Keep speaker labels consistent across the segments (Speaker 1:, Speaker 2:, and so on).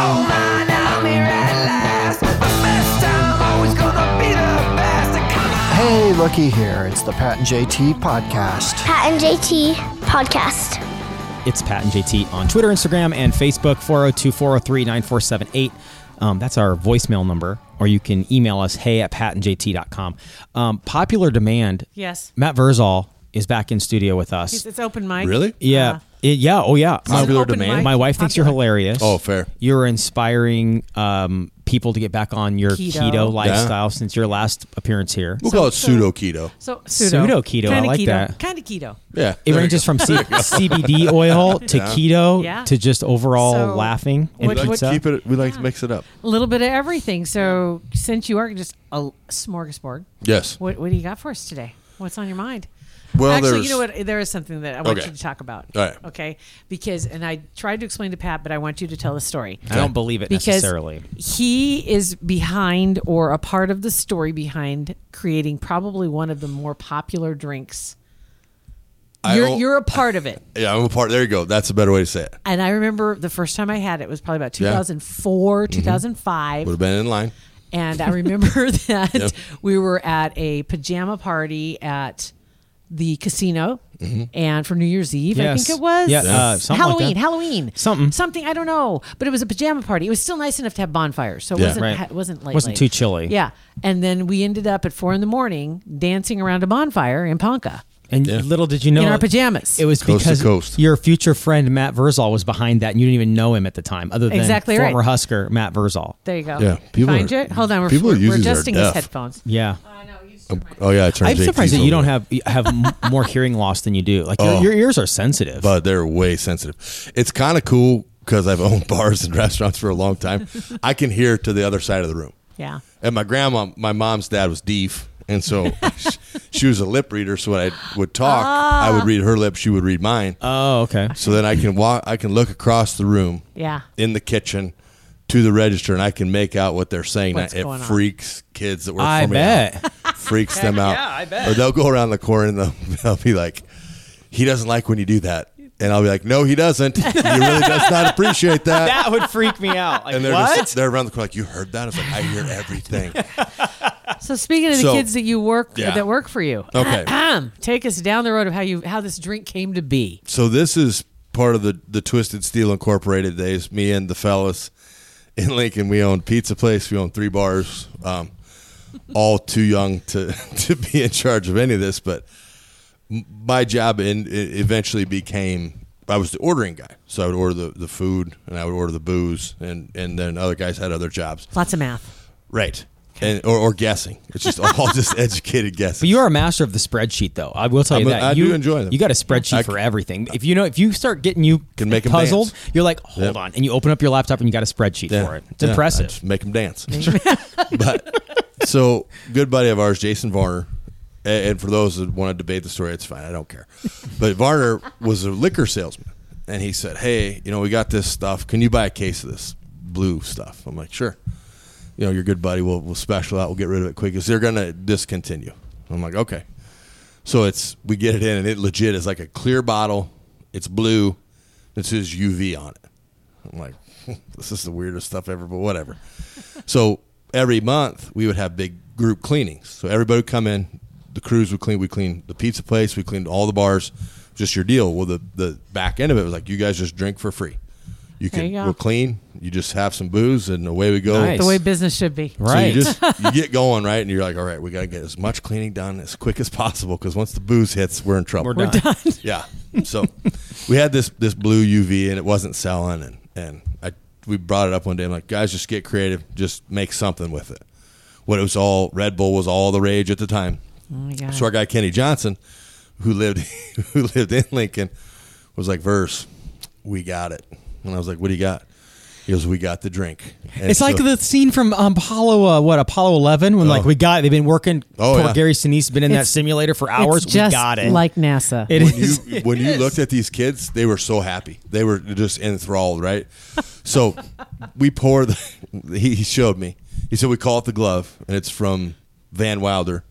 Speaker 1: Oh man, I'm here at last. The best time, always gonna be the best. Come on.
Speaker 2: Hey, looky here. It's the Pat and JT podcast.
Speaker 3: Pat and JT podcast.
Speaker 4: It's Pat and JT on Twitter, Instagram, and Facebook, 402 403 9478. Um, That's our voicemail number, or you can email us, hey at patandjt.com. Um, popular demand.
Speaker 5: Yes.
Speaker 4: Matt Verzal is back in studio with us.
Speaker 5: It's, it's open mic.
Speaker 6: Really?
Speaker 4: yeah. It- yeah. Oh, yeah.
Speaker 5: It's uh, an
Speaker 6: Popular
Speaker 5: open
Speaker 6: demand?
Speaker 5: mic.
Speaker 4: My wife thinks you're
Speaker 5: Popular.
Speaker 4: hilarious.
Speaker 6: Oh, fair.
Speaker 4: You're inspiring um, people to get back on your
Speaker 5: Keto.
Speaker 4: keto,
Speaker 5: Yeah.
Speaker 4: lifestyle since your last appearance here.
Speaker 6: We'll call it pseudo keto.
Speaker 5: So pseudo,
Speaker 4: Pseudo-keto, I like
Speaker 5: keto.
Speaker 4: that.
Speaker 5: Kind of keto.
Speaker 6: Yeah.
Speaker 4: It
Speaker 6: there you
Speaker 4: ranges
Speaker 6: go.
Speaker 4: from C- CBD oil to keto
Speaker 5: Yeah.
Speaker 4: to just overall
Speaker 5: So,
Speaker 4: laughing and
Speaker 5: what-
Speaker 6: We
Speaker 5: what-
Speaker 6: like
Speaker 4: pizza.
Speaker 6: to keep it. We like to mix it up.
Speaker 5: A little bit of everything. So since you are just a smorgasbord,
Speaker 6: Yes.
Speaker 5: what, what do you got for us today? What's on your mind?
Speaker 6: Well,
Speaker 5: actually, you
Speaker 6: there's-
Speaker 5: know what? There is something that I want
Speaker 6: Okay.
Speaker 5: you to talk about.
Speaker 6: All right.
Speaker 5: Okay. Because, and I tried to explain to Pat, but I want you to tell the story.
Speaker 4: I don't believe it
Speaker 5: Because
Speaker 4: necessarily.
Speaker 5: he is behind or a part of the story behind creating probably one of the more popular drinks.
Speaker 6: I
Speaker 5: you're,
Speaker 6: don't-
Speaker 5: you're a part of it.
Speaker 6: Yeah, I'm a part. There you go. That's a better way to say it.
Speaker 5: And I remember the first time I had it was probably about
Speaker 6: Yeah. Mm-hmm.
Speaker 5: 2004, 2005.
Speaker 6: Would have been in line.
Speaker 5: And I remember that
Speaker 6: Yep.
Speaker 5: we were at a pajama party at the casino
Speaker 6: Mm-hmm.
Speaker 5: and for New Year's Eve, I
Speaker 4: Yes.
Speaker 5: think it was.
Speaker 4: Yeah, uh, something like
Speaker 5: Halloween,
Speaker 4: that.
Speaker 5: Halloween.
Speaker 4: Something.
Speaker 5: Something, I don't know. But it was a pajama party. It was still nice enough to have bonfires. So it
Speaker 6: Yeah.
Speaker 5: wasn't,
Speaker 4: Right.
Speaker 5: it wasn't late.
Speaker 4: Wasn't
Speaker 5: late.
Speaker 4: too chilly.
Speaker 5: Yeah. And then we ended up at four in the morning dancing around a bonfire in Ponca
Speaker 4: And little did you know,
Speaker 5: in our pajamas.
Speaker 4: it was
Speaker 6: Coast to
Speaker 4: because
Speaker 6: coast.
Speaker 4: your future friend Matt Verzal was behind that, and you didn't even know him at the time, other than
Speaker 5: Exactly right.
Speaker 4: former Husker Matt Verzal.
Speaker 5: there you go.
Speaker 6: Yeah, people
Speaker 5: Find
Speaker 6: are-
Speaker 5: it? Hold on. We're,
Speaker 6: people are
Speaker 5: we're, we're
Speaker 6: using their
Speaker 5: adjusting his
Speaker 6: deaf.
Speaker 5: headphones.
Speaker 4: Yeah,
Speaker 6: Oh yeah, I turned.
Speaker 4: I'm surprised that
Speaker 6: JT's
Speaker 4: you don't
Speaker 6: over.
Speaker 4: have you have m- more hearing loss than you do. Like your, your ears are sensitive.
Speaker 6: Oh. But they're way sensitive. It's kind of cool because I've owned bars and restaurants for a long time. I can hear to the other side of the room.
Speaker 5: Yeah.
Speaker 6: And my grandma, my mom's dad was deaf, and so she, she was a lip reader. So when I would talk, I
Speaker 4: Ah.
Speaker 6: would read her lips, she would read mine.
Speaker 4: oh, okay.
Speaker 6: so then I can walk, I can look across the room,
Speaker 5: Yeah.
Speaker 6: in the kitchen to the register, and I can make out what they're saying.
Speaker 5: What's
Speaker 6: it
Speaker 5: going on.
Speaker 6: freaks kids that work
Speaker 4: I
Speaker 6: for me.
Speaker 4: bet.
Speaker 6: out. freaks them out. Yeah, I bet. Or they'll go around the corner and they'll, they'll be like, "He doesn't like when you do that," and I'll be like, "No, he doesn't. He really does not appreciate that."
Speaker 4: that would freak me out. Like,
Speaker 6: and they're
Speaker 4: what?
Speaker 6: just they're around the corner like, "You heard that?" I was like, "I hear everything."
Speaker 5: So speaking of the
Speaker 6: So-
Speaker 5: kids that you work
Speaker 6: Yeah.
Speaker 5: that work for you, um,
Speaker 6: Okay.
Speaker 5: take us down the road of how you how this drink came to be.
Speaker 6: so this is part of the the Twisted Steel Incorporated days. Me and the fellas in Lincoln, we owned pizza place. We owned three bars. Um, all too young to to be in charge of any of this, but m- my job in it eventually became I was the ordering guy. So I would order the, the food and I would order the booze, and and then other guys had other jobs,
Speaker 5: Lots of math.
Speaker 6: right? And or, or guessing. It's just all just educated guessing.
Speaker 4: But you are a master of the spreadsheet, though. I will tell you
Speaker 6: I'm a-
Speaker 4: that.
Speaker 6: I
Speaker 4: you,
Speaker 6: do enjoy them.
Speaker 4: You got a spreadsheet
Speaker 6: I c-
Speaker 4: for everything. If you know, if you start getting you
Speaker 6: Can make 'em
Speaker 4: puzzled,
Speaker 6: dance.
Speaker 4: you're like, hold
Speaker 6: Yep.
Speaker 4: on, and you open up your laptop and you got a spreadsheet
Speaker 6: Yeah,
Speaker 4: for it. It's
Speaker 6: yeah, I
Speaker 4: impressive.
Speaker 6: just make them dance. but so, good buddy of ours, Jason Varner, a- and, for those that want to debate the story, it's fine. I don't care. But Varner was a liquor salesman, and he said, "Hey, you know, we got this stuff. Can you buy a case of this blue stuff?" I'm like, "Sure." You know, your good buddy will will special out. We'll get rid of it quick because they're gonna discontinue. I'm like, okay. So it's we get it in, and it legit is like a clear bottle. It's blue. It says UV on it. I'm like, this is the weirdest stuff ever, but whatever. so every month we would have big group cleanings. So everybody would come in. The crews would clean. We cleaned the pizza place. We cleaned all the bars. Just your deal. Well, the the back end of it was like, you guys just drink for free. You
Speaker 5: There
Speaker 6: can
Speaker 5: you go.
Speaker 6: we'll clean. You just have some booze, and away we go.
Speaker 4: Nice.
Speaker 5: The way business should be.
Speaker 4: Right.
Speaker 6: So you just you get going, right? And you're like, all right, we got to get as much cleaning done as quick as possible because once the booze hits, we're in trouble.
Speaker 4: We're done.
Speaker 6: Yeah. So we had this this blue UV and it wasn't selling and and I we brought it up one day. I'm like, guys, just get creative, just make something with it. What it was all Red Bull was all the rage at the time.
Speaker 5: Oh my God.
Speaker 6: So our guy Kenny Johnson, who lived who lived in Lincoln, was like, "Verse, we got it. And I was like, what do you got? He goes, we got the drink. And
Speaker 4: It's like
Speaker 6: so-
Speaker 4: the scene from um, Apollo, uh, what Apollo Eleven, when like
Speaker 6: Oh.
Speaker 4: we got they've been working.
Speaker 6: Oh,
Speaker 4: poor
Speaker 6: yeah.
Speaker 4: Gary Sinise been in that
Speaker 5: It's-
Speaker 4: simulator for hours.
Speaker 5: It's just
Speaker 4: we got it.
Speaker 5: like NASA.
Speaker 4: it
Speaker 6: when
Speaker 4: is.
Speaker 6: you when you looked at these kids, they were so happy. They were just enthralled, right? So we pour the. He, he showed me. He said we call it the glove, and it's from Van Wilder.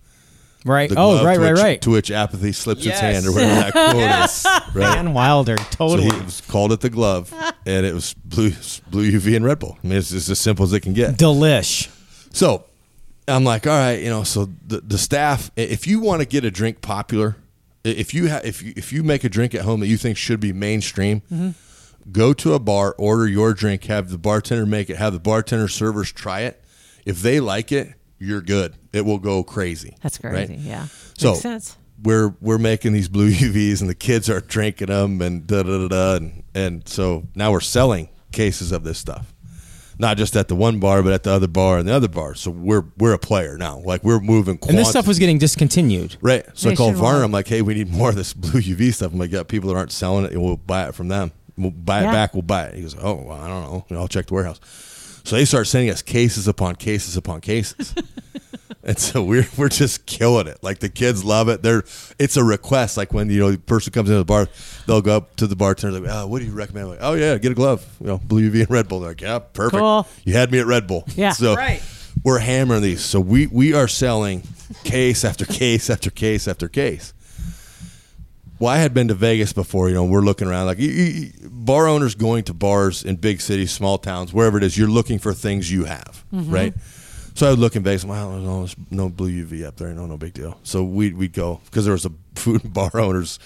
Speaker 4: right.
Speaker 6: The
Speaker 4: Oh,
Speaker 6: glove
Speaker 4: right,
Speaker 6: to
Speaker 4: right,
Speaker 6: which,
Speaker 4: right.
Speaker 6: To which apathy slips its hand,
Speaker 4: Yes.
Speaker 6: or whatever that quote is. Right.
Speaker 4: Van Wilder,
Speaker 6: So
Speaker 4: totally.
Speaker 6: he was, called it the glove, and it was blue, blue UV and Red Bull. I mean, it's, it's as simple as it can get.
Speaker 4: Delish.
Speaker 6: So I'm like, all right, you know. So the, the staff, i- if you want to get a drink popular, i- if you ha- if you, if you make a drink at home that you think should be mainstream,
Speaker 5: Mm-hmm.
Speaker 6: go to a bar, order your drink, have the bartender make it, have the bartender servers try it. If they like it, you're good. It will go crazy.
Speaker 5: That's
Speaker 6: right?
Speaker 5: crazy. Yeah.
Speaker 6: So
Speaker 5: Makes sense.
Speaker 6: we're we're making these blue UVs, and the kids are drinking them, and da da da da, and, and so now we're selling cases of this stuff, not just at the one bar, but at the other bar and the other bar. So we're we're a player now, like we're moving.
Speaker 4: And
Speaker 6: Quanti-
Speaker 4: this stuff was getting discontinued.
Speaker 6: right. So I called
Speaker 5: Nationwide.
Speaker 6: Varner. I'm like, hey, we need more of this blue UV stuff. I'm like, yeah, people that aren't selling it, we'll buy it from them. We'll buy
Speaker 5: Yeah.
Speaker 6: it back. We'll buy it. He goes, oh, well, I don't know. You know, I'll check the warehouse. So they start sending us cases upon cases upon cases. And so we're we're just killing it. Like the kids love it. They're it's a request. Like when you know the person comes into the bar, they'll go up to the bartender like, oh, "What do you recommend?" like, "Oh yeah, get a glove. You know, blue UV and Red Bull." They're like, "Yeah, perfect.
Speaker 5: Cool.
Speaker 6: You had me at Red Bull."
Speaker 5: Yeah,
Speaker 6: So
Speaker 5: right.
Speaker 6: we're hammering these. So we we are selling case after case after case after case. Well, I had been to Vegas before. You know, we're looking around like you, you, bar owners going to bars in big cities, small towns, wherever it is. You're looking for things you have,
Speaker 5: Mm-hmm.
Speaker 6: right? So I would look in Vegas. Wow, there's no, there's no blue UV up there. No, no big deal. So we we'd go because there was a food and bar owners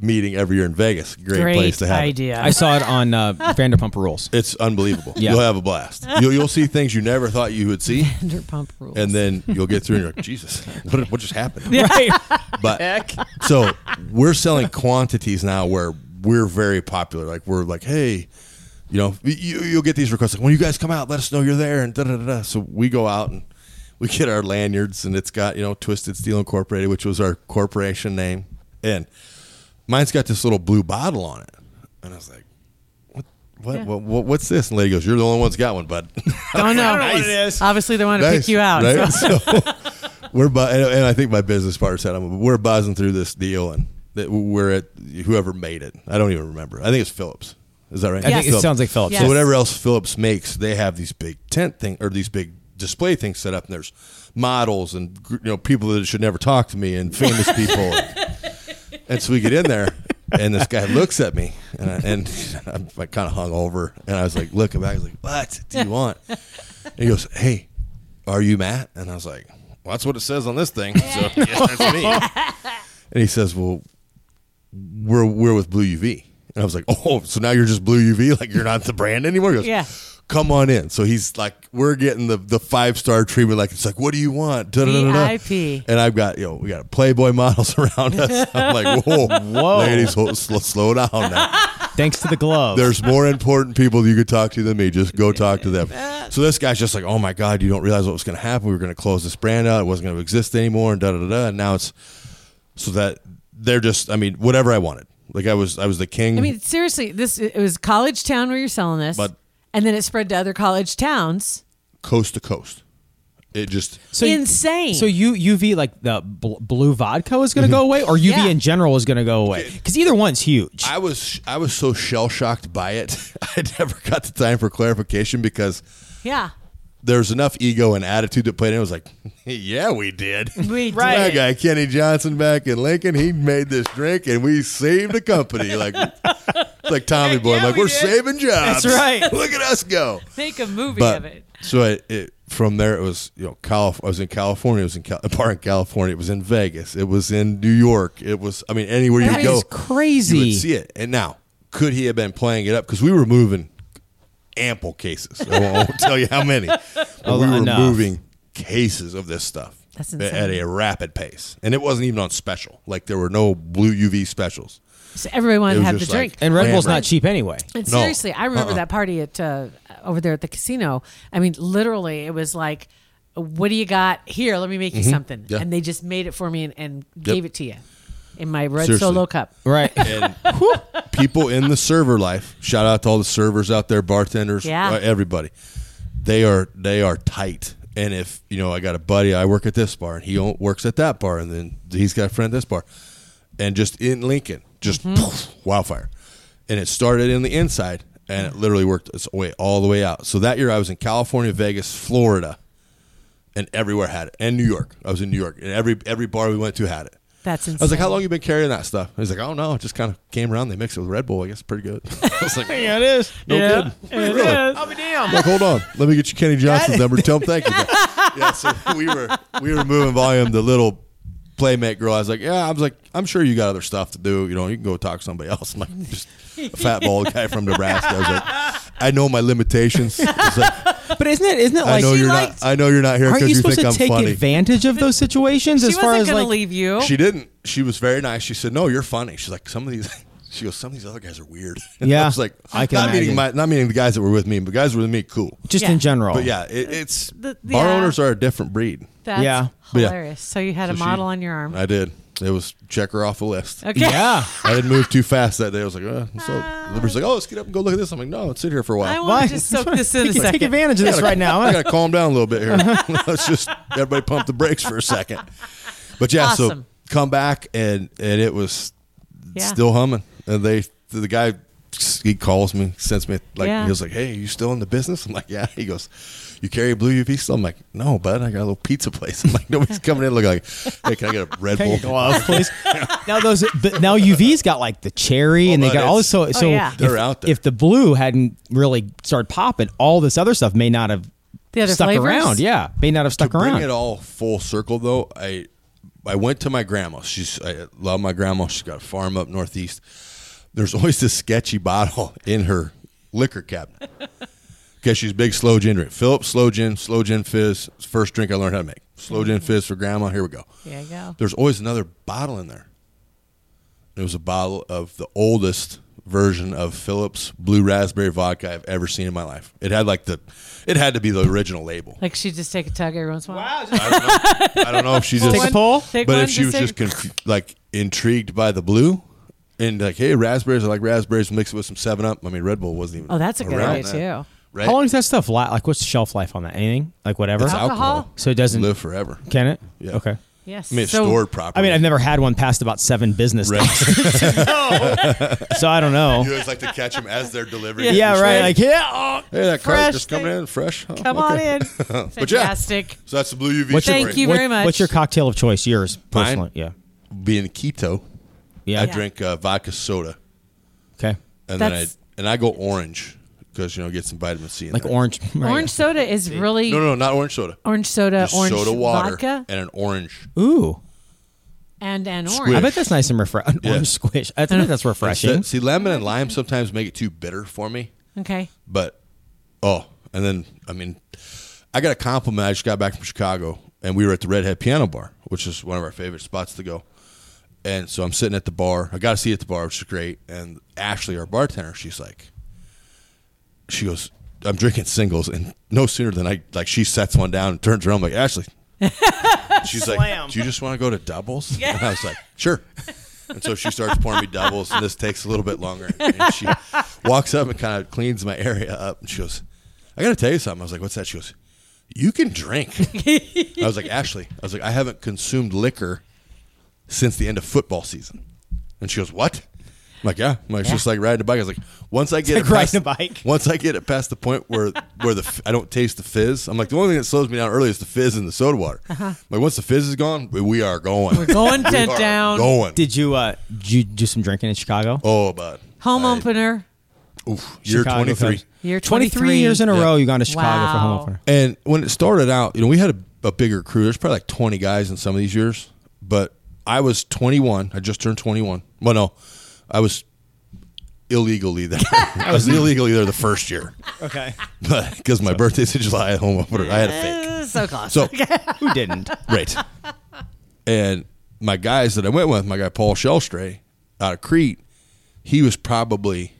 Speaker 6: meeting every year in Vegas. Great,
Speaker 5: Great
Speaker 6: place to have it.
Speaker 5: idea.
Speaker 4: I saw it on uh, Vanderpump Rules.
Speaker 6: It's unbelievable.
Speaker 4: Yeah.
Speaker 6: You'll have a blast. You'll, you'll see things you never thought you would see,
Speaker 5: Vanderpump rules.
Speaker 6: and then you'll get through and you're like, Jesus, what, what just happened?
Speaker 4: Right.
Speaker 6: But so we're selling quantities now where we're very popular. Like we're like, hey, you know, you, you'll get these requests like when you guys come out, let us know you're there and da da da. da. So we go out and we get our lanyards and it's got you know Twisted Steel Incorporated, which was our corporation name, and mine's got this little blue bottle on it, and I was like. What, what, what, what's this? And the lady goes, "You're the only one's got one, bud."
Speaker 5: oh no! Obviously, they want to pick you out.
Speaker 6: Right? So we're bu- and, and I think my business partner said, I'm- "We're buzzing through this deal, and that we're at whoever made it. I don't even remember. I think it's Phillips. Is that right?
Speaker 4: I think it sounds like Phillips.
Speaker 5: Yes.
Speaker 6: So whatever else Phillips makes, they have these big tent thing or these big display things set up, and there's models and gr- you know people that should never talk to me and famous people. And, and so we get in there, and this guy looks at me, and, I, and I'm like kind of hung over, and I was like looking back, I was like, "What do you want?" And he goes, "Hey, are you Matt?" And I was like, "Well, that's what it says on this thing." So yeah, that's me. And he says, "Well, we're we're with Blue UV. And I was like, oh, so now you're just Blue UV? Like you're not the brand anymore? He goes,
Speaker 5: Yeah.
Speaker 6: Come on in. So he's like, we're getting the the five star treatment. Like it's like, what do you want? Da, da, da, da.
Speaker 5: VIP.
Speaker 6: And I've got you know we got Playboy models around us. I'm like, whoa, whoa, ladies, ho- slow, slow down. Now.
Speaker 4: Thanks to the glove.
Speaker 6: There's more important people you could talk to than me. Just go talk to them. So this guy's just like, oh my god, you don't realize what was going to happen. We were going to close this brand out. It wasn't going to exist anymore. And da da da. da. And now it's so that they're just. I mean, whatever I wanted. Like I was, I was the king.
Speaker 5: I mean, seriously, this it was college town where you're selling this,
Speaker 6: But-
Speaker 5: and then it spread to other college towns.
Speaker 6: coast to coast. It just
Speaker 4: so you-
Speaker 5: insane.
Speaker 4: So you UV like the bl- blue vodka is
Speaker 6: Mm-hmm.
Speaker 4: going to go away, or UV
Speaker 5: Yeah.
Speaker 4: in general is going to go away because either one's huge.
Speaker 6: I was I was so shell shocked by it. I never got the time for clarification because
Speaker 5: Yeah,
Speaker 6: there's enough ego and attitude that played in. It was like, yeah, we did.
Speaker 5: we
Speaker 6: That
Speaker 5: did.
Speaker 6: guy Kenny Johnson back in Lincoln, he made this drink and we saved the company. Like it's like Tommy Boy. I'm like we're saving jobs.
Speaker 4: That's right.
Speaker 6: Look at us go.
Speaker 5: Make a movie
Speaker 6: But
Speaker 5: of it.
Speaker 6: so it, it from there it was you know Calif- I was in California. It was in Cal- a bar in California. It was in Vegas. It was in New York. It was I mean anywhere you
Speaker 4: That
Speaker 6: go,
Speaker 4: is crazy.
Speaker 6: You would see it. And now could he have been playing it up because we were moving ample cases. I won't, I won't tell you how many. But we were
Speaker 4: Enough.
Speaker 6: moving cases of this stuff
Speaker 5: That's
Speaker 6: at- at
Speaker 5: insane.
Speaker 6: a rapid pace, and it wasn't even on special. Like there were no blue UV specials.
Speaker 5: So everyone
Speaker 6: It
Speaker 5: wanted to
Speaker 6: was
Speaker 5: have the
Speaker 6: just
Speaker 5: drink.
Speaker 6: like-
Speaker 4: and Red
Speaker 6: Ram-
Speaker 4: Bull's
Speaker 6: Right.
Speaker 4: not cheap anyway.
Speaker 5: and
Speaker 6: no. Uh-uh.
Speaker 5: seriously, I remember that party at uh, over there at the casino. I mean, literally, it was like, "What do you got here? Let me make you something."
Speaker 6: Mm-hmm. Yeah.
Speaker 5: And they just made it for me and, and gave it to you. in my red
Speaker 6: Seriously.
Speaker 5: solo cup.
Speaker 4: Right.
Speaker 6: and people in the server life. Shout out to all the servers out there, bartenders,
Speaker 5: Yeah.
Speaker 6: uh, everybody. They are they are tight. And if you know, I got a buddy. I work at this bar, and he o- works at that bar, and then he's got a friend at this bar, and just in Lincoln, just poof, wildfire. And it started in the inside, and it literally worked its way all the way out. So that year, I was in California, Vegas, Florida, and everywhere had it, and New York. I was in New York, and every every bar we went to had it.
Speaker 5: That's insane.
Speaker 6: I was like, "How long you been carrying that stuff?" He's like, "I don't know. It just kind of came around. They mixed it with Red Bull. I guess pretty good." I was like,
Speaker 4: it is.
Speaker 6: "No
Speaker 5: Yeah,
Speaker 6: good.
Speaker 5: it
Speaker 6: really?
Speaker 5: is.
Speaker 6: I'll be damned. Like, hold on. Let me get you Kenny Johnson's number. Tell him thank you. yeah. So we were we were moving volume. The little playmate girl. I was like, "Yeah." I was like, "I'm sure you got other stuff to do. You know, you can go talk to somebody else." I'm like, just a fat bald guy from Nebraska. I was like, "I know my limitations." I was like,
Speaker 4: But isn't it? Isn't it
Speaker 6: I
Speaker 4: like?
Speaker 6: know you're not. I know you're not here
Speaker 4: aren't
Speaker 6: because
Speaker 4: you
Speaker 6: you,
Speaker 4: supposed
Speaker 6: think
Speaker 4: to
Speaker 6: I'm
Speaker 4: take
Speaker 6: funny.
Speaker 4: advantage of those situations?
Speaker 5: She
Speaker 4: as far
Speaker 5: wasn't
Speaker 4: as
Speaker 5: gonna
Speaker 4: like,
Speaker 5: leave you.
Speaker 6: She didn't. She was very nice. She said, "No, you're funny." She's like, "Some of these," she goes, "Some of these other guys are weird." And
Speaker 4: Yeah,
Speaker 6: I was like,
Speaker 4: I can
Speaker 6: not meaning my,
Speaker 4: imagine.
Speaker 6: not meaning the guys that were with me, but guys were with me, cool.
Speaker 4: just
Speaker 5: Yeah.
Speaker 4: in general.
Speaker 6: But yeah, it, it's
Speaker 5: The- the-
Speaker 6: bar
Speaker 5: yeah.
Speaker 6: owners are a different breed.
Speaker 5: That's
Speaker 4: Yeah.
Speaker 6: But yeah.
Speaker 5: hilarious. So you had a
Speaker 6: So she-
Speaker 5: model on your arm.
Speaker 6: I did. It was check her off the list.
Speaker 5: okay.
Speaker 4: Yeah.
Speaker 6: I didn't move too fast that day. I was like, uh, what's up? Liberty's like, oh, let's get up and go look at this. I'm like, no, let's sit here for a while.
Speaker 5: I
Speaker 4: Why?
Speaker 5: want to just soak this in a
Speaker 4: You can Take
Speaker 5: second.
Speaker 4: advantage of this right now.
Speaker 6: I gotta calm down a little bit here. Let's just everybody pump the brakes for a second. But yeah,
Speaker 5: Awesome.
Speaker 6: so come back and and it was
Speaker 5: Yeah.
Speaker 6: still humming. And they the guy he calls me, sends me like
Speaker 5: Yeah.
Speaker 6: he was like, "Hey, you still in the business?" I'm like, "Yeah." He goes, "You carry blue UV still?" I'm like, "No, bud. I got a little pizza place." I'm like, "Nobody's coming in looking like, hey, can I get a Red Bull?"
Speaker 4: Take gloves, please. now those the, now UV's got like the cherry, and they
Speaker 6: but
Speaker 4: got all this.
Speaker 6: it's-
Speaker 4: So, so
Speaker 5: Oh, yeah.
Speaker 4: if,
Speaker 6: Oh, They're out there.
Speaker 4: if the blue hadn't really started popping, all this other stuff may not have
Speaker 5: The other
Speaker 4: stuck
Speaker 5: flavors?
Speaker 4: around. Yeah, may not have stuck
Speaker 6: to
Speaker 4: around.
Speaker 6: bring it all full circle though i i went to my grandma she's i love my grandma she's got a farm up northeast there's always this sketchy bottle in her liquor cabinet because she's a big slow gin drink phillips slow gin slow gin fizz It's the first drink i learned how to make slow gin fizz for grandma here we go
Speaker 5: There you go.
Speaker 6: there's always another bottle in there it was a bottle of the oldest version of Phillips blue raspberry vodka I've ever seen in my life. It had like the, it had to be the original label.
Speaker 5: Like she just take a tug every once in a while.
Speaker 6: I don't know. I don't know if she just
Speaker 4: Take a pull.
Speaker 5: Take
Speaker 6: but
Speaker 5: one,
Speaker 6: if she was
Speaker 5: take-
Speaker 6: just conf- like intrigued by the blue and like, hey, raspberries, I like raspberries, mix it with some Seven Up. I mean, Red Bull wasn't even.
Speaker 5: Oh, that's a good
Speaker 6: around
Speaker 5: idea
Speaker 6: then,
Speaker 5: too.
Speaker 6: Right?
Speaker 4: How long does that stuff last? Like, what's the shelf life on that? Anything? Like, whatever.
Speaker 6: It's
Speaker 5: Alcohol?
Speaker 6: alcohol.
Speaker 4: so it doesn't.
Speaker 6: live forever.
Speaker 4: Can it?
Speaker 6: Yeah.
Speaker 4: Okay.
Speaker 5: Yes.
Speaker 6: I mean, it's
Speaker 5: so,
Speaker 6: stored
Speaker 4: I
Speaker 6: properly.
Speaker 4: mean, I've never had one past about seven business
Speaker 6: Right.
Speaker 4: days, so I don't
Speaker 6: You
Speaker 4: know.
Speaker 6: always like to catch them as they're delivering. it.
Speaker 4: Yeah,
Speaker 6: You're
Speaker 4: right.
Speaker 6: saying,
Speaker 4: Like, yeah. oh.
Speaker 6: hey, that
Speaker 5: Fresh
Speaker 6: cart just coming
Speaker 5: thing.
Speaker 6: in fresh. Oh,
Speaker 5: Come on
Speaker 6: okay.
Speaker 5: in.
Speaker 6: But yeah.
Speaker 5: Fantastic.
Speaker 6: So that's the blue UV.
Speaker 4: What's your-
Speaker 5: Thank
Speaker 6: spray.
Speaker 5: you
Speaker 4: what-
Speaker 5: very much.
Speaker 4: What's your cocktail of choice? Yours,
Speaker 6: Mine?
Speaker 4: personally. Yeah.
Speaker 6: Being keto,
Speaker 4: Yeah.
Speaker 6: I drink uh, vodka soda,
Speaker 4: Okay.
Speaker 6: and
Speaker 5: That's-
Speaker 6: then I and I go orange because you know get some vitamin C. In
Speaker 4: Like
Speaker 6: there.
Speaker 4: orange. right.
Speaker 5: Orange soda is really
Speaker 6: No, no, not orange soda.
Speaker 5: orange soda,
Speaker 6: Just
Speaker 5: Uh, orange
Speaker 6: soda water
Speaker 5: vodka,
Speaker 6: and an orange.
Speaker 4: Ooh.
Speaker 5: and an
Speaker 6: Squid.
Speaker 4: I
Speaker 5: orange.
Speaker 4: bet that's nice and refreshing.
Speaker 6: Yeah.
Speaker 4: Orange squish. I think that's refreshing.
Speaker 6: See, lemon and lime sometimes make it too bitter for me,
Speaker 5: Okay.
Speaker 6: but oh, and then I mean, I got a compliment. I just got back from Chicago, and we were at the Redhead Piano Bar, which is one of our favorite spots to go. And so I'm sitting at the bar. I got a seat at the bar, which is great. And Ashley, our bartender, she's like, she goes, "I'm drinking singles," and no sooner than I like, she sets one down and turns around, I'm like Ashley. She's like, "Do you just want to go to doubles?" And I was like, "Sure." And so she starts pouring me doubles, and this takes a little bit longer. And she walks up and kind of cleans my area up, and she goes, "I got to tell you something." I was like, "What's that?" She goes, "You can drink." I was like, "Ashley," I was like, "I haven't consumed liquor since the end of football season," and she goes, "What?" I'm like, "Yeah." I'm like, "It's just like riding a bike." I was like, "Once I get
Speaker 4: like
Speaker 6: it past-
Speaker 4: riding a bike.
Speaker 6: once I get it past the point where where the f- I don't taste the fizz, I'm like the only thing that slows me down early is the fizz and the soda water. Like once the fizz is gone, we- we are going. We're
Speaker 5: Going to
Speaker 6: are
Speaker 5: down.
Speaker 6: Going.
Speaker 4: Did you uh did you do some drinking in Chicago?
Speaker 6: oh, bud.
Speaker 5: Home
Speaker 6: I-
Speaker 5: opener.
Speaker 6: Oof, year
Speaker 4: Chicago
Speaker 6: 23.
Speaker 4: Cubs.
Speaker 5: Year
Speaker 4: 23
Speaker 5: 23.
Speaker 4: years in a
Speaker 6: Yeah.
Speaker 4: row you've gone to Chicago for home
Speaker 5: Wow.
Speaker 4: opener.
Speaker 6: And when it started out, you know, we had a, a bigger crew. There's probably like 20 guys in some of these years, but I was 21. I just turned 21. Well, no, I was illegally there. I was illegally there the first year,
Speaker 4: Okay.
Speaker 6: but because my birthday's in July, at home opener, I had a fake.
Speaker 5: Uh, so close.
Speaker 6: So
Speaker 4: Who didn't?
Speaker 6: Right. and my guys that I went with, my guy Paul Shellstray out of Crete, he was probably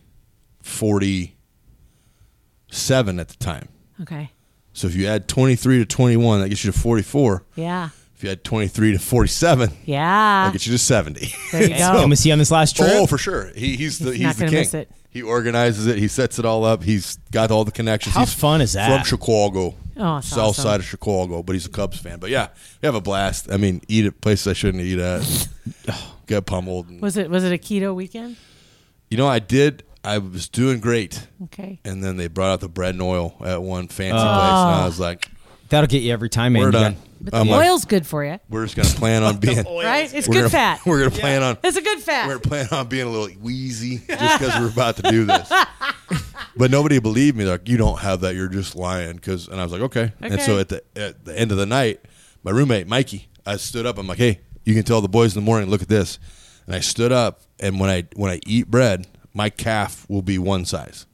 Speaker 6: 47 at the time.
Speaker 5: okay.
Speaker 6: So if you add 23 to 21, that gets you to 44.
Speaker 5: Yeah.
Speaker 6: If you had 23 to 47,
Speaker 5: Yeah.
Speaker 6: I'll get you to 70.
Speaker 5: Ah. There you go.
Speaker 4: Come and see you on this last trip.
Speaker 6: oh, for sure. He, he's the, he's
Speaker 5: not
Speaker 6: the
Speaker 5: gonna
Speaker 6: king.
Speaker 5: miss it.
Speaker 6: He organizes it. He sets it all up. He's got all the connections.
Speaker 4: How
Speaker 6: he's
Speaker 4: fun is that?
Speaker 6: From Chicago,
Speaker 5: Oh, that's
Speaker 6: south
Speaker 5: awesome.
Speaker 6: side of Chicago, but he's a Cubs fan. But yeah, we have a blast. I mean, eat at places I shouldn't eat at. Get pummeled. And-
Speaker 5: Was it was it a keto weekend?
Speaker 6: you know, I did. I was doing great,
Speaker 5: Okay.
Speaker 6: and then they brought out the bread and oil at one fancy place, and I was like,
Speaker 4: That'll get you every time, man.
Speaker 6: "We're
Speaker 4: You got-
Speaker 6: done.
Speaker 5: Oh. But the
Speaker 6: I'm like,
Speaker 5: oil's good for you,
Speaker 6: we're just gonna plan on being
Speaker 5: right? It's
Speaker 6: we're
Speaker 5: good
Speaker 6: gonna,
Speaker 5: fat.
Speaker 6: We're gonna plan on
Speaker 5: It's a good fat.
Speaker 6: We're planning on being a little wheezy just because we're about to do this. But nobody believed me. They're like, you don't have that. You're just lying. Cause, and I was like, okay. And so
Speaker 5: Okay.
Speaker 6: at the at the end of the night, my roommate Mikey, I stood up. I'm like, hey, you can tell the boys in the morning. Look at this. And I stood up, and when I when I eat bread, my calf will be one size.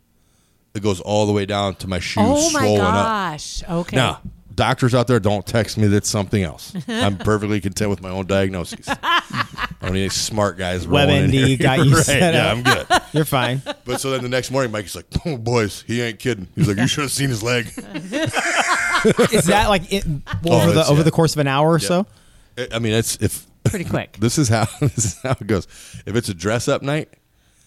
Speaker 6: It goes all the way down to my shoes,
Speaker 5: oh my
Speaker 6: swollen up.
Speaker 5: gosh. Okay.
Speaker 6: Now, doctors out there, don't text me that's something else. I'm perfectly content with my own diagnoses. I don't need any smart guys. rolling in
Speaker 4: WebMD
Speaker 6: here.
Speaker 4: got you
Speaker 6: Right,
Speaker 4: set
Speaker 6: yeah,
Speaker 4: up.
Speaker 6: I'm good.
Speaker 4: You're fine.
Speaker 6: But so then the next morning, Mike's like, "Oh, boys, he ain't kidding." He's like, "You should have seen his leg."
Speaker 4: Is that like it,
Speaker 6: Oh,
Speaker 4: over the
Speaker 6: it's-
Speaker 4: over
Speaker 6: yeah.
Speaker 4: the course of an hour or so?
Speaker 6: I- I mean, it's if
Speaker 5: Pretty quick.
Speaker 6: this is how this is how it goes. If it's a dress up night,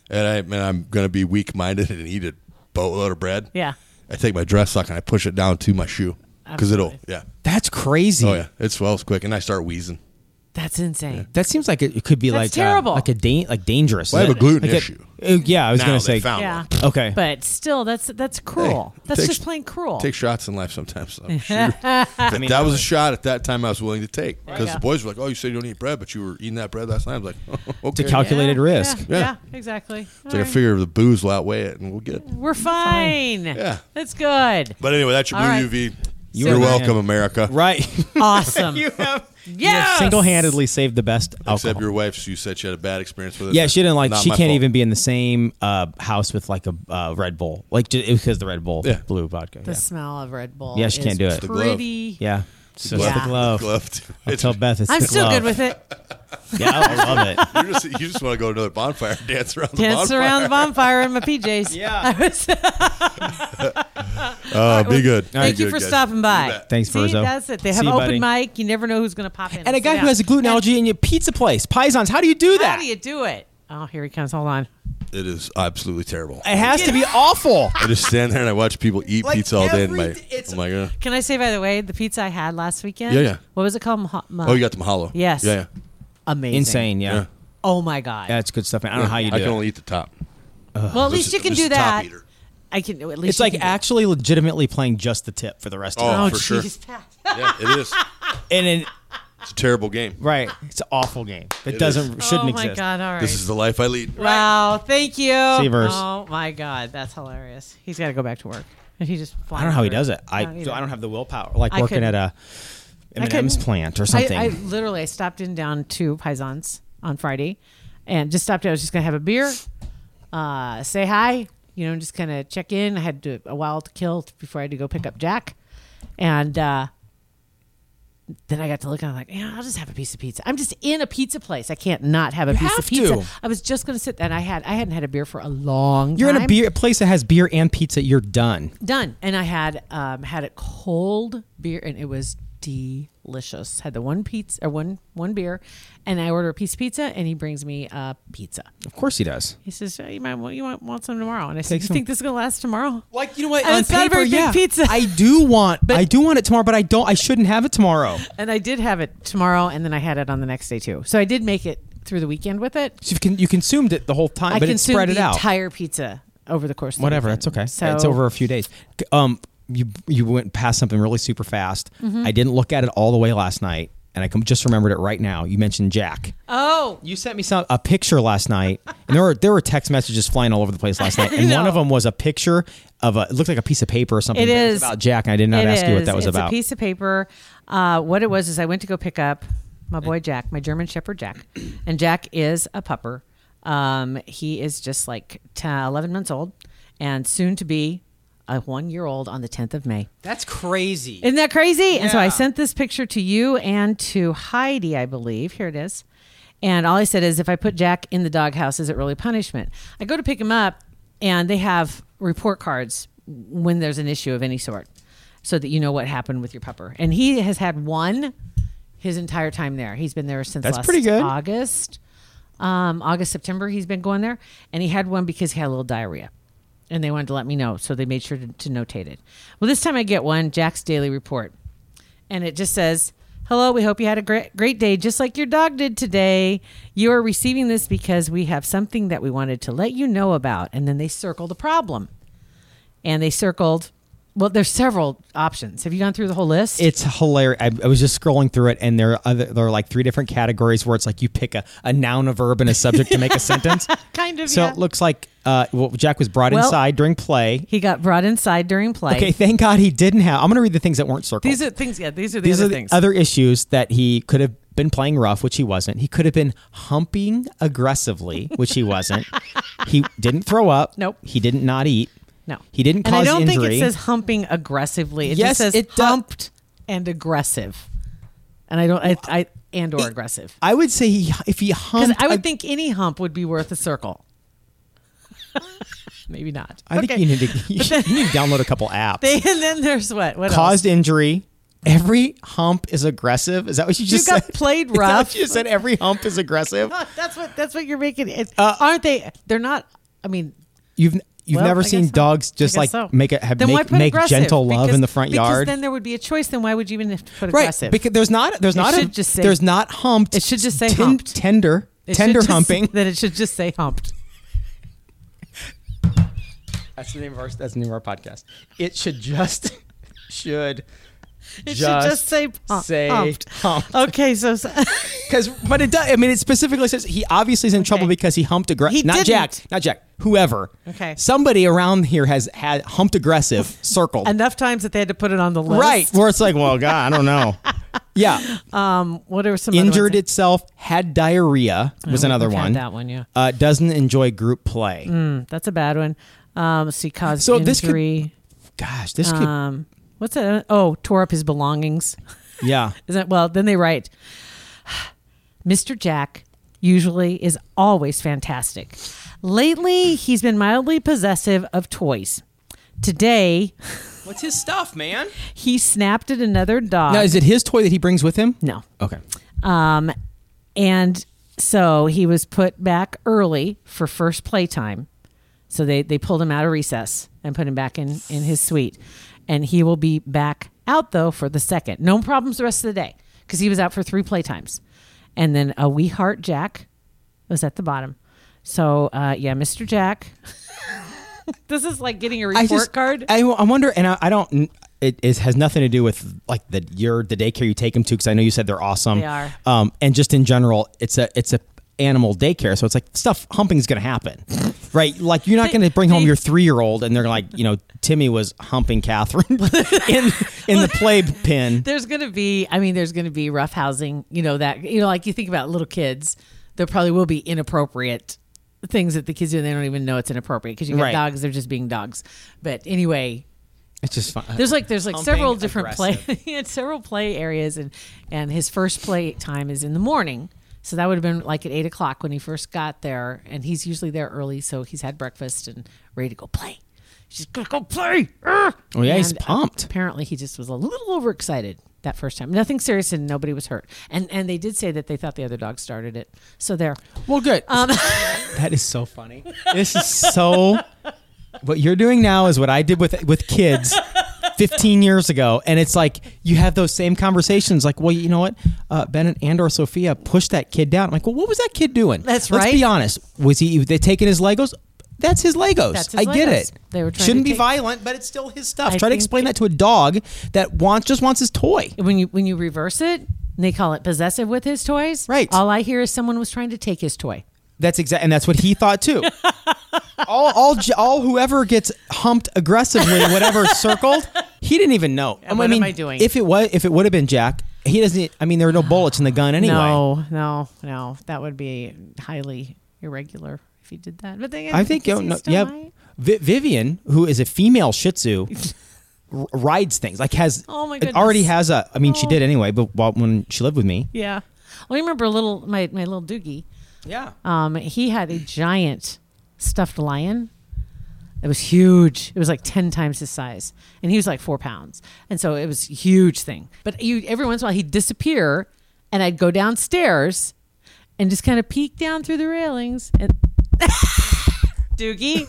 Speaker 6: and I and I'm gonna be weak minded and eat a boatload of bread,
Speaker 5: Yeah.
Speaker 6: I take my dress sock and I push it down to my shoe because it'll, yeah,
Speaker 4: That's crazy.
Speaker 6: oh yeah, it swells quick, and I start wheezing.
Speaker 5: That's insane.
Speaker 4: That seems like it, it could be
Speaker 5: That's
Speaker 4: like uh,
Speaker 5: terrible.
Speaker 4: like a da- like dangerous.
Speaker 6: Well, I
Speaker 4: Is
Speaker 6: have
Speaker 4: it-
Speaker 6: a gluten
Speaker 4: like
Speaker 6: issue.
Speaker 4: uh, yeah, I was
Speaker 6: Now
Speaker 4: gonna
Speaker 6: they
Speaker 4: say.
Speaker 6: found
Speaker 5: Yeah.
Speaker 6: one.
Speaker 4: Okay,
Speaker 5: But still that's that's cruel. that's
Speaker 6: take-
Speaker 5: just plain cruel.
Speaker 6: take shots in life sometimes. I'm sure. That- that was a shot at that time I was willing to take because the boys were like, "Oh, you said you don't eat bread, but you were eating that bread last night." I was like, oh, "Okay."
Speaker 4: to calculated risk.
Speaker 5: Yeah,
Speaker 6: Yeah.
Speaker 5: yeah, exactly.
Speaker 6: it's like I figure the booze will outweigh it, and we'll get it.
Speaker 5: We're fine.
Speaker 6: Yeah.
Speaker 5: That's good.
Speaker 6: But anyway, that's your
Speaker 5: All
Speaker 6: blue
Speaker 5: right.
Speaker 6: UV.
Speaker 4: You
Speaker 6: You're,
Speaker 4: are the
Speaker 6: welcome,
Speaker 4: man.
Speaker 6: America.
Speaker 4: Right.
Speaker 5: Awesome.
Speaker 4: you have
Speaker 5: yes.
Speaker 4: single-handedly saved the best
Speaker 6: Except
Speaker 4: alcohol.
Speaker 6: your wife, you said she had a bad experience with it.
Speaker 4: yeah, she didn't like.
Speaker 6: Not
Speaker 4: She
Speaker 6: my
Speaker 4: can't
Speaker 6: fault.
Speaker 4: even be in the same uh, house with like a uh, Red Bull, like ju- it was because the Red Bull
Speaker 6: Yeah.
Speaker 4: blue vodka.
Speaker 5: The
Speaker 4: Yeah.
Speaker 5: smell of Red Bull.
Speaker 4: Yeah, she
Speaker 5: is
Speaker 4: can't do it. The
Speaker 6: glove.
Speaker 5: Pretty.
Speaker 4: yeah. So
Speaker 6: Glove-
Speaker 4: it's the glove.
Speaker 6: glove too.
Speaker 4: I'll tell Beth it's
Speaker 5: I'm
Speaker 4: the
Speaker 5: still
Speaker 4: glove.
Speaker 5: good with it.
Speaker 4: Yeah, I love it.
Speaker 6: you just, you just want to go to another bonfire, dance around the
Speaker 5: Dance
Speaker 6: bonfire.
Speaker 5: around the bonfire in my PJs.
Speaker 4: Yeah.
Speaker 6: Uh, be good.
Speaker 5: Thank
Speaker 6: Be
Speaker 5: you
Speaker 6: good,
Speaker 5: for
Speaker 6: guys.
Speaker 5: stopping by.
Speaker 6: You bet.
Speaker 4: Thanks,
Speaker 5: See,
Speaker 4: Virzo.
Speaker 5: that's it. They have
Speaker 4: See you, buddy.
Speaker 5: open mic. You never know who's going to pop in.
Speaker 4: And a
Speaker 5: sit
Speaker 4: guy
Speaker 5: down.
Speaker 4: who has a gluten allergy in your pizza place, Paisan's. How do you do that?
Speaker 5: How do you do it? Oh, here he comes. Hold on.
Speaker 6: It is absolutely terrible.
Speaker 4: it has to be awful.
Speaker 6: I just stand there and I watch people eat
Speaker 4: Like
Speaker 6: pizza all day. And
Speaker 4: every
Speaker 6: my,
Speaker 4: d- it's-
Speaker 6: I'm like, uh,
Speaker 5: Can I say, by the way, the pizza I had last weekend?
Speaker 6: Yeah, yeah.
Speaker 5: What was it called? Mah- mah-
Speaker 6: oh, you got the mahalo.
Speaker 5: Yes.
Speaker 6: Yeah, yeah.
Speaker 5: Amazing.
Speaker 4: Insane. Yeah.
Speaker 6: Yeah.
Speaker 5: Oh, my God.
Speaker 4: That's good stuff. Man. I don't know how you do
Speaker 6: I can
Speaker 4: it.
Speaker 6: only eat the top.
Speaker 5: well, at least you can do that. I can at least
Speaker 4: It's
Speaker 5: you
Speaker 4: like
Speaker 5: can do-
Speaker 4: actually legitimately playing just the tip for the rest of
Speaker 6: Oh,
Speaker 4: it.
Speaker 5: Oh,
Speaker 6: for sure.
Speaker 5: jeez, Pat.
Speaker 6: Yeah, it is.
Speaker 4: And then,
Speaker 6: It's a terrible game.
Speaker 4: right, it's an awful game that
Speaker 6: It
Speaker 4: doesn't shouldn't
Speaker 5: oh
Speaker 4: exist.
Speaker 5: my god! All right.
Speaker 6: This is the life I lead.
Speaker 5: wow. Thank you.
Speaker 4: Severs.
Speaker 5: Oh my god, that's hilarious. He's got to go back to work. And he just.
Speaker 4: I don't know how he does it. I
Speaker 5: don't
Speaker 4: so
Speaker 5: either.
Speaker 4: I don't have the willpower. Like
Speaker 5: I
Speaker 4: working
Speaker 5: couldn't.
Speaker 4: at a M&M's
Speaker 5: couldn't.
Speaker 4: plant or
Speaker 5: I,
Speaker 4: something.
Speaker 5: I literally I stopped in down to Paisans on Friday, and just stopped. in. I was just gonna have a beer, uh, say hi, you know, and just kind of check in. I had to, a while to kill before I had to go pick up Jack, and uh, then I got to look and I'm like, yeah, I'll just have a piece of pizza. I'm just in a pizza place. I can't not have a piece
Speaker 4: have
Speaker 5: of pizza.
Speaker 4: to.
Speaker 5: I was just gonna sit and I had I hadn't had a beer for a long.
Speaker 4: You're in a
Speaker 5: time.
Speaker 4: beer a place that has beer and pizza. You're done.
Speaker 5: done. And I had um, had a cold beer, and it was delicious. Had the one pizza or one one beer, and I order a piece of pizza, and he brings me a pizza.
Speaker 4: Of course he does.
Speaker 5: He says, "Oh, "You might want you want, want some tomorrow," and I said,
Speaker 4: Take
Speaker 5: "You
Speaker 4: some.
Speaker 5: think this is gonna last tomorrow?"
Speaker 4: Like you know what?
Speaker 5: And it's not a very big pizza.
Speaker 4: I do want. I do want it tomorrow, but I don't. I shouldn't have it tomorrow.
Speaker 5: And I did have it tomorrow, and then I had it on the next day too. So I did make it through the weekend with it.
Speaker 4: So you, can, you consumed it the whole time,
Speaker 5: I
Speaker 4: but it
Speaker 5: consumed
Speaker 4: spread it
Speaker 5: the
Speaker 4: out.
Speaker 5: entire pizza over the course. of the
Speaker 4: Whatever,
Speaker 5: weekend.
Speaker 4: that's okay.
Speaker 5: So
Speaker 4: it's over a few days. C- Um, you you went past something really super fast.
Speaker 5: Mm-hmm.
Speaker 4: I didn't look at it all the way last night, and I com- just remembered it right now. You mentioned Jack.
Speaker 5: Oh,
Speaker 4: You sent me some a picture last night, and there were there were text messages flying all over the place last night, and one
Speaker 5: know.
Speaker 4: of them was a picture of a it looked like a piece of paper or something.
Speaker 5: It
Speaker 4: but
Speaker 5: is.
Speaker 4: about Jack, and I did not
Speaker 5: It
Speaker 4: ask you what
Speaker 5: is.
Speaker 4: that was
Speaker 5: it's
Speaker 4: about.
Speaker 5: a piece of paper. Uh, what it was is I went to go pick up my boy Jack, my German Shepherd Jack, and Jack is a pupper. Um, he is just like 10, 11 months old and soon to be a one year old on the 10th of May.
Speaker 4: That's crazy.
Speaker 5: Isn't that crazy? And so I
Speaker 4: Yeah.
Speaker 5: sent this picture to you and to Heidi, I believe. Here it is. And all I said is, if I put Jack in the doghouse, is it really punishment? I go to pick him up, and they have report cards when there's an issue of any sort, so that you know what happened with your pupper. And he has had one his entire time there. He's been there since
Speaker 4: That's
Speaker 5: last
Speaker 4: pretty good.
Speaker 5: August. Um, August, September, he's been going there. And he had one because he had a little diarrhea. And they wanted to let me know. So they made sure to, to notate it. Well, this time I get one, Jack's Daily Report. And it just says, Hello, we hope you had a great, great day, just like your dog did today. You are receiving this because we have something that we wanted to let you know about. And then they circle the problem. And they circled, well, there's several options. Have you gone through the whole list?
Speaker 4: It's hilarious. I, I was just scrolling through it, and there are other, there are like three different categories where it's like you pick a, a noun, a verb, and a subject to make a sentence.
Speaker 5: Kind of,
Speaker 4: So
Speaker 5: yeah.
Speaker 4: it looks like uh, well, Jack was brought
Speaker 5: Well-
Speaker 4: inside during play.
Speaker 5: He got brought inside during play.
Speaker 4: Okay, thank God he didn't have. I'm going to read the things that weren't circled.
Speaker 5: These are things. Yeah, these are the
Speaker 4: These
Speaker 5: other
Speaker 4: are the
Speaker 5: things.
Speaker 4: other issues that he could have been playing rough, which he wasn't. He could have been humping aggressively, which he wasn't. he didn't throw up.
Speaker 5: Nope.
Speaker 4: He didn't not eat.
Speaker 5: no,
Speaker 4: He didn't
Speaker 5: And I
Speaker 4: cause
Speaker 5: don't think
Speaker 4: injury.
Speaker 5: it says humping aggressively. It
Speaker 4: Yes,
Speaker 5: just says
Speaker 4: it do-
Speaker 5: humped and aggressive. And I don't. I, I and or aggressive.
Speaker 4: I would say he, if he humped,
Speaker 5: Because I would
Speaker 4: ag-
Speaker 5: think any hump would be worth a circle. Maybe not.
Speaker 4: I think
Speaker 5: Okay.
Speaker 4: you need to you need to download a couple apps.
Speaker 5: They, and then there's what? What else?
Speaker 4: caused injury. Every hump is aggressive. Is that what you just
Speaker 5: got
Speaker 4: said?
Speaker 5: played
Speaker 4: Is that what
Speaker 5: rough.
Speaker 4: you said every hump is aggressive.
Speaker 5: That's what. That's what you're making. It's, aren't they? They're not. I mean,
Speaker 4: You've Uh, you've
Speaker 5: Well,
Speaker 4: never
Speaker 5: I guess
Speaker 4: seen
Speaker 5: so.
Speaker 4: dogs just
Speaker 5: I
Speaker 4: like
Speaker 5: guess so.
Speaker 4: make a have,
Speaker 5: Then why
Speaker 4: make,
Speaker 5: put
Speaker 4: make
Speaker 5: aggressive?
Speaker 4: gentle love in
Speaker 5: Because-
Speaker 4: the front
Speaker 5: because
Speaker 4: yard.
Speaker 5: Then there would be a choice. Then why would you even have to put
Speaker 4: right,
Speaker 5: aggressive?
Speaker 4: because there's not there's not a,
Speaker 5: should just say-
Speaker 4: there's not humped.
Speaker 5: It should just say
Speaker 4: ten-
Speaker 5: humped.
Speaker 4: tender
Speaker 5: It should
Speaker 4: tender
Speaker 5: just-
Speaker 4: humping.
Speaker 5: Then it should just say humped.
Speaker 4: That's the name of our that's the name of our podcast. It should just should
Speaker 5: It should just say, hu- humped. Oh. Okay, so, so-
Speaker 4: Because, but it does. I mean, it specifically says he obviously is in trouble because he humped aggressive.
Speaker 5: He
Speaker 4: Not
Speaker 5: didn't.
Speaker 4: Jack. Not Jack. Whoever.
Speaker 5: Okay.
Speaker 4: Somebody around here has had humped aggressive circled.
Speaker 5: enough times that they had to put it on the list.
Speaker 4: right. Where it's like, well, God, I don't know. yeah.
Speaker 5: What are some other
Speaker 4: Injured
Speaker 5: ones?
Speaker 4: itself. Had diarrhea was
Speaker 5: Oh,
Speaker 4: another
Speaker 5: we've had
Speaker 4: one.
Speaker 5: that one, Mm. yeah.
Speaker 4: Uh, doesn't enjoy group play.
Speaker 5: That's a bad one. Um, so he caused
Speaker 4: So this could-
Speaker 5: injury.
Speaker 4: Gosh, this could.
Speaker 5: um, what's that? Oh, tore up his belongings.
Speaker 4: yeah.
Speaker 5: Is that well? Then they write, Mr. Jack usually is always fantastic. Lately, he's been mildly possessive of toys. Today,
Speaker 4: What's his stuff, man?
Speaker 5: he snapped at another dog.
Speaker 4: Now, is it his toy that he brings with him?
Speaker 5: no.
Speaker 4: Okay.
Speaker 5: Um, and so he was put back early for first playtime. So they, they pulled him out of recess and put him back in, in his suite. And he will be back out, though, for the second. No problems the rest of the day because he was out for three playtimes. And then a We Heart Jack was at the bottom. So, uh, yeah, Mr. Jack. this is like getting a report card.
Speaker 4: I, I wonder, and I, I don't. It, it has nothing to do with like the your the daycare you take them to because I know you said they're awesome.
Speaker 5: They are.
Speaker 4: Um, and just in general, it's a it's a animal daycare, so it's like stuff humping is going to happen, right? Like you're not going to bring home your three year old and they're like, you know, Timmy was humping Catherine in in the play pen.
Speaker 5: there's gonna be i mean there's gonna be rough housing you know that you know like you think about little kids there probably will be inappropriate things that the kids do and they don't even know it's inappropriate because you got
Speaker 4: Right.
Speaker 5: dogs they're just being dogs but anyway
Speaker 4: It's just fun.
Speaker 5: there's like there's like
Speaker 4: Humping
Speaker 5: several different play
Speaker 4: aggressive.
Speaker 5: he had several play areas and and his first play time is in the morning so that would have been like at eight o'clock when he first got there and he's usually there early so he's had breakfast and ready to go play she's gonna go play Urgh!
Speaker 4: Oh yeah, he's
Speaker 5: And
Speaker 4: pumped.
Speaker 5: Apparently, he just was a little overexcited that first time. Nothing serious, and nobody was hurt. And and they did say that they thought the other dog started it. So there.
Speaker 4: Well, good.
Speaker 5: Um,
Speaker 4: that is so funny. This is so. What you're doing now is what I did with with kids. 15 years ago and it's like you have those same conversations like well you know what uh, ben and, and or sophia pushed that kid down i'm like well what was that kid doing
Speaker 5: That's
Speaker 4: let's
Speaker 5: right.
Speaker 4: be honest was he they taking his legos that's his legos
Speaker 5: That's his
Speaker 4: i get
Speaker 5: Legos.
Speaker 4: it
Speaker 5: They were trying
Speaker 4: shouldn't
Speaker 5: to
Speaker 4: be
Speaker 5: take-
Speaker 4: violent but it's still his stuff
Speaker 5: I
Speaker 4: try to
Speaker 5: think-
Speaker 4: explain that to a dog that wants just wants his toy
Speaker 5: When you when you reverse it, and they call it possessive with his toys.
Speaker 4: Right.
Speaker 5: All I hear is someone was trying to take his toy.
Speaker 4: That's exact, and that's what he thought too. all, all, j- all, whoever gets humped aggressively, whatever circled, he didn't even know. I
Speaker 5: what am
Speaker 4: mean,
Speaker 5: I doing?
Speaker 4: If it was, if it would have been Jack, he doesn't. e, I mean, there were no bullets in the gun anyway.
Speaker 5: No, no, no. That would be highly irregular if he did that. But they,
Speaker 4: I think
Speaker 5: guess
Speaker 4: you
Speaker 5: he
Speaker 4: know,
Speaker 5: still
Speaker 4: yeah.
Speaker 5: might.
Speaker 4: Vi- Vivian, who is a female Shih Tzu, r- rides things like has.
Speaker 5: Oh my
Speaker 4: it Already
Speaker 5: goodness.
Speaker 4: has a. I mean, she
Speaker 5: Oh.
Speaker 4: did anyway, but while, when she lived with me,
Speaker 5: Yeah. Well, I remember little my my little Doogie.
Speaker 4: yeah,
Speaker 5: Um, he had a giant stuffed lion. It was huge. It was like ten times his size, and he was like four pounds, and so it was a huge thing. But you, every once in a while, he'd disappear, and I'd go downstairs and just kind of peek down through the railings and Doogie,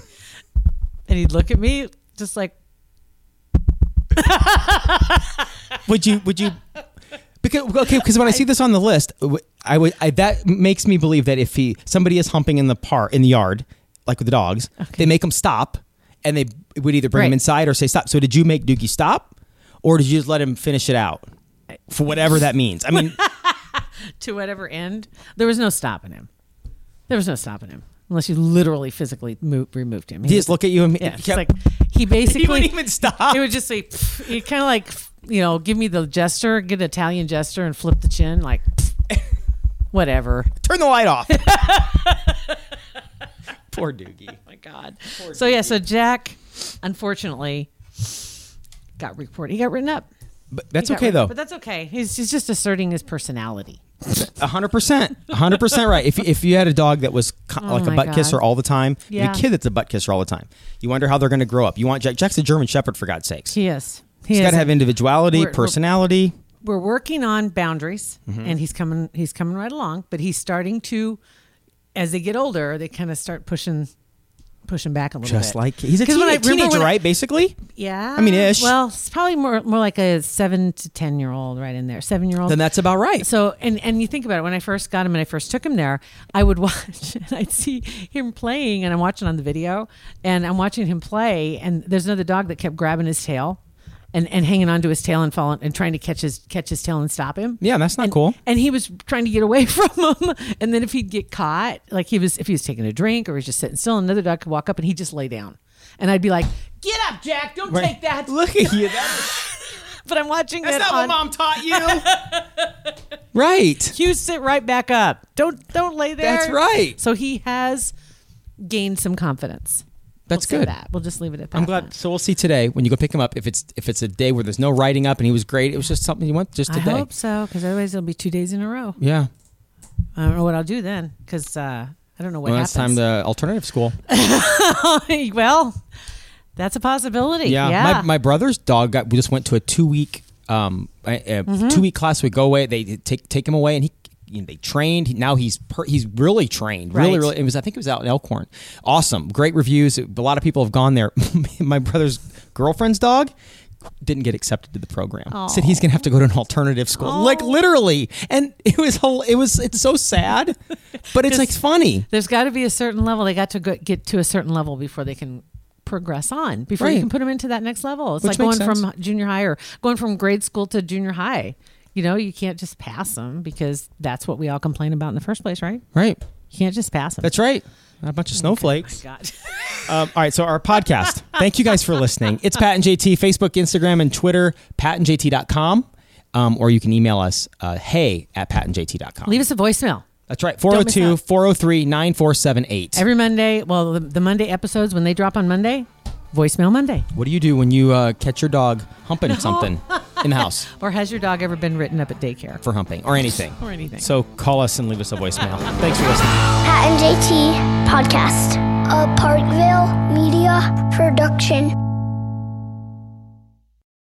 Speaker 5: and he'd look at me just like
Speaker 4: Would you? Would you? Because okay, because when I see this on the list, w- I would I, that makes me believe that if he somebody is humping in the park in the yard, like with the dogs, they make them stop, and they would either bring him
Speaker 5: Right.
Speaker 4: inside or say stop. So did you make Doogie stop, or did you just let him finish it out for whatever that means? I mean,
Speaker 5: to whatever end. There was no stopping him. There was no stopping him unless you literally physically mo- removed him.
Speaker 4: he just look at you and
Speaker 5: Yeah, it's
Speaker 4: kept-
Speaker 5: like he basically
Speaker 4: he wouldn't even stop.
Speaker 5: He would just say, "Pff," he kind of like, you know, give me the gesture, good Italian gesture, and flip the chin, like, "Pff," whatever.
Speaker 4: Turn the light off. Poor Doogie.
Speaker 5: my God. So, yeah, so Jack, unfortunately, got reported. He got written up.
Speaker 4: But that's
Speaker 5: He got
Speaker 4: okay
Speaker 5: written up,
Speaker 4: though.
Speaker 5: But that's okay. He's, he's just asserting his personality.
Speaker 4: A hundred percent, A hundred percent right. If if you had a dog that was co- like a
Speaker 5: Oh my
Speaker 4: butt
Speaker 5: God.
Speaker 4: kisser all the time, you have
Speaker 5: Yeah.
Speaker 4: a kid that's a butt kisser all the time, you wonder how they're going to grow up. You want Jack? Jack's a German Shepherd, for God's sakes.
Speaker 5: He is.
Speaker 4: He's got to
Speaker 5: is.
Speaker 4: have individuality,
Speaker 5: We're- we're-
Speaker 4: personality.
Speaker 5: we're working on boundaries
Speaker 4: Mm-hmm.
Speaker 5: and he's coming he's coming right along but he's starting to as they get older they kind of start pushing pushing back a little bit
Speaker 4: Just like he's a
Speaker 5: 'Cause
Speaker 4: teen,
Speaker 5: when I- remember
Speaker 4: teenager,
Speaker 5: when I-
Speaker 4: right? Basically,
Speaker 5: yeah
Speaker 4: I mean, ish.
Speaker 5: well it's probably more more like a seven to ten year old right in there seven year old
Speaker 4: then that's about right.
Speaker 5: so and and you think about it when i first got him and i first took him there i would watch and i'd see him playing and i'm watching on the video and i'm watching him play and there's another dog that kept grabbing his tail and, and hanging onto his tail and falling and trying to catch his catch his tail and stop him
Speaker 4: yeah, that's not cool.
Speaker 5: and he was trying to get away from him. And then if he'd get caught, like he was, if he was taking a drink or he was just sitting still, another dog could walk up and he'd just lay down. And I'd be like, "Get up, Jack! Don't
Speaker 4: Right.
Speaker 5: take that."
Speaker 4: Look at you. That,
Speaker 5: But I'm watching
Speaker 4: that's
Speaker 5: that
Speaker 4: not what
Speaker 5: on.
Speaker 4: mom taught you. right.
Speaker 5: You sit right back up. Don't don't lay there.
Speaker 4: That's right.
Speaker 5: So he has gained some confidence.
Speaker 4: That's
Speaker 5: we'll say
Speaker 4: good.
Speaker 5: That. We'll just leave it at that.
Speaker 4: I'm glad. So we'll see today when you go pick him up. If it's if it's a day where there's no writing up and he was great, it was just something you want just
Speaker 5: I
Speaker 4: today.
Speaker 5: hope so, because otherwise it'll be two days in a row.
Speaker 4: Yeah.
Speaker 5: I don't know what I'll do then, because uh, I don't know what
Speaker 4: Well, it's
Speaker 5: happens.
Speaker 4: time to alternative school.
Speaker 5: well, that's a possibility.
Speaker 4: Yeah,
Speaker 5: Yeah,
Speaker 4: My, my brother's dog got. We just went to a two week, um,
Speaker 5: Mm-hmm.
Speaker 4: two week class. We go away. They take take him away, and he. You know, they trained. He- Now he's per, he's really trained. Really,
Speaker 5: Right.
Speaker 4: really. It was I think it was out in Elkhorn. Awesome, great reviews. A lot of people have gone there. my brother's girlfriend's dog didn't get accepted to the program. Said he's gonna have to go to an alternative school. Like literally, and it was whole. It was it's so sad, but it's like funny.
Speaker 5: There's got to be a certain level. They got to go, get to a certain level before they can progress on. Before
Speaker 4: Right.
Speaker 5: you can put them into that next level. It's
Speaker 4: Which
Speaker 5: like going
Speaker 4: makes
Speaker 5: from junior high or going from grade school to junior high. You know, you can't just pass them because that's what we all complain about in the first place, right?
Speaker 4: Right.
Speaker 5: You can't just pass them.
Speaker 4: That's right. Not a bunch
Speaker 5: Oh
Speaker 4: of snowflakes.
Speaker 5: God.
Speaker 4: Um, all right, so our podcast. Thank you guys for listening. It's Pat and JT, Facebook, Instagram, and Twitter, patandjt.com. Um, or you can email us, uh, hey at patandjt.com.
Speaker 5: Leave us a voicemail.
Speaker 4: That's right,
Speaker 5: miss
Speaker 4: 402
Speaker 5: out.
Speaker 4: 403 9478.
Speaker 5: Every Monday, well, the, the Monday episodes, when they drop on Monday, voicemail Monday.
Speaker 4: What do you do when you uh, catch your dog humping something in the house
Speaker 5: Or has your dog ever been written up at daycare?
Speaker 4: for humping or anything?
Speaker 5: Or anything.
Speaker 4: So call us and leave us a voicemail. Thanks for listening.
Speaker 3: Pat and JT Podcast, a Parkville media production.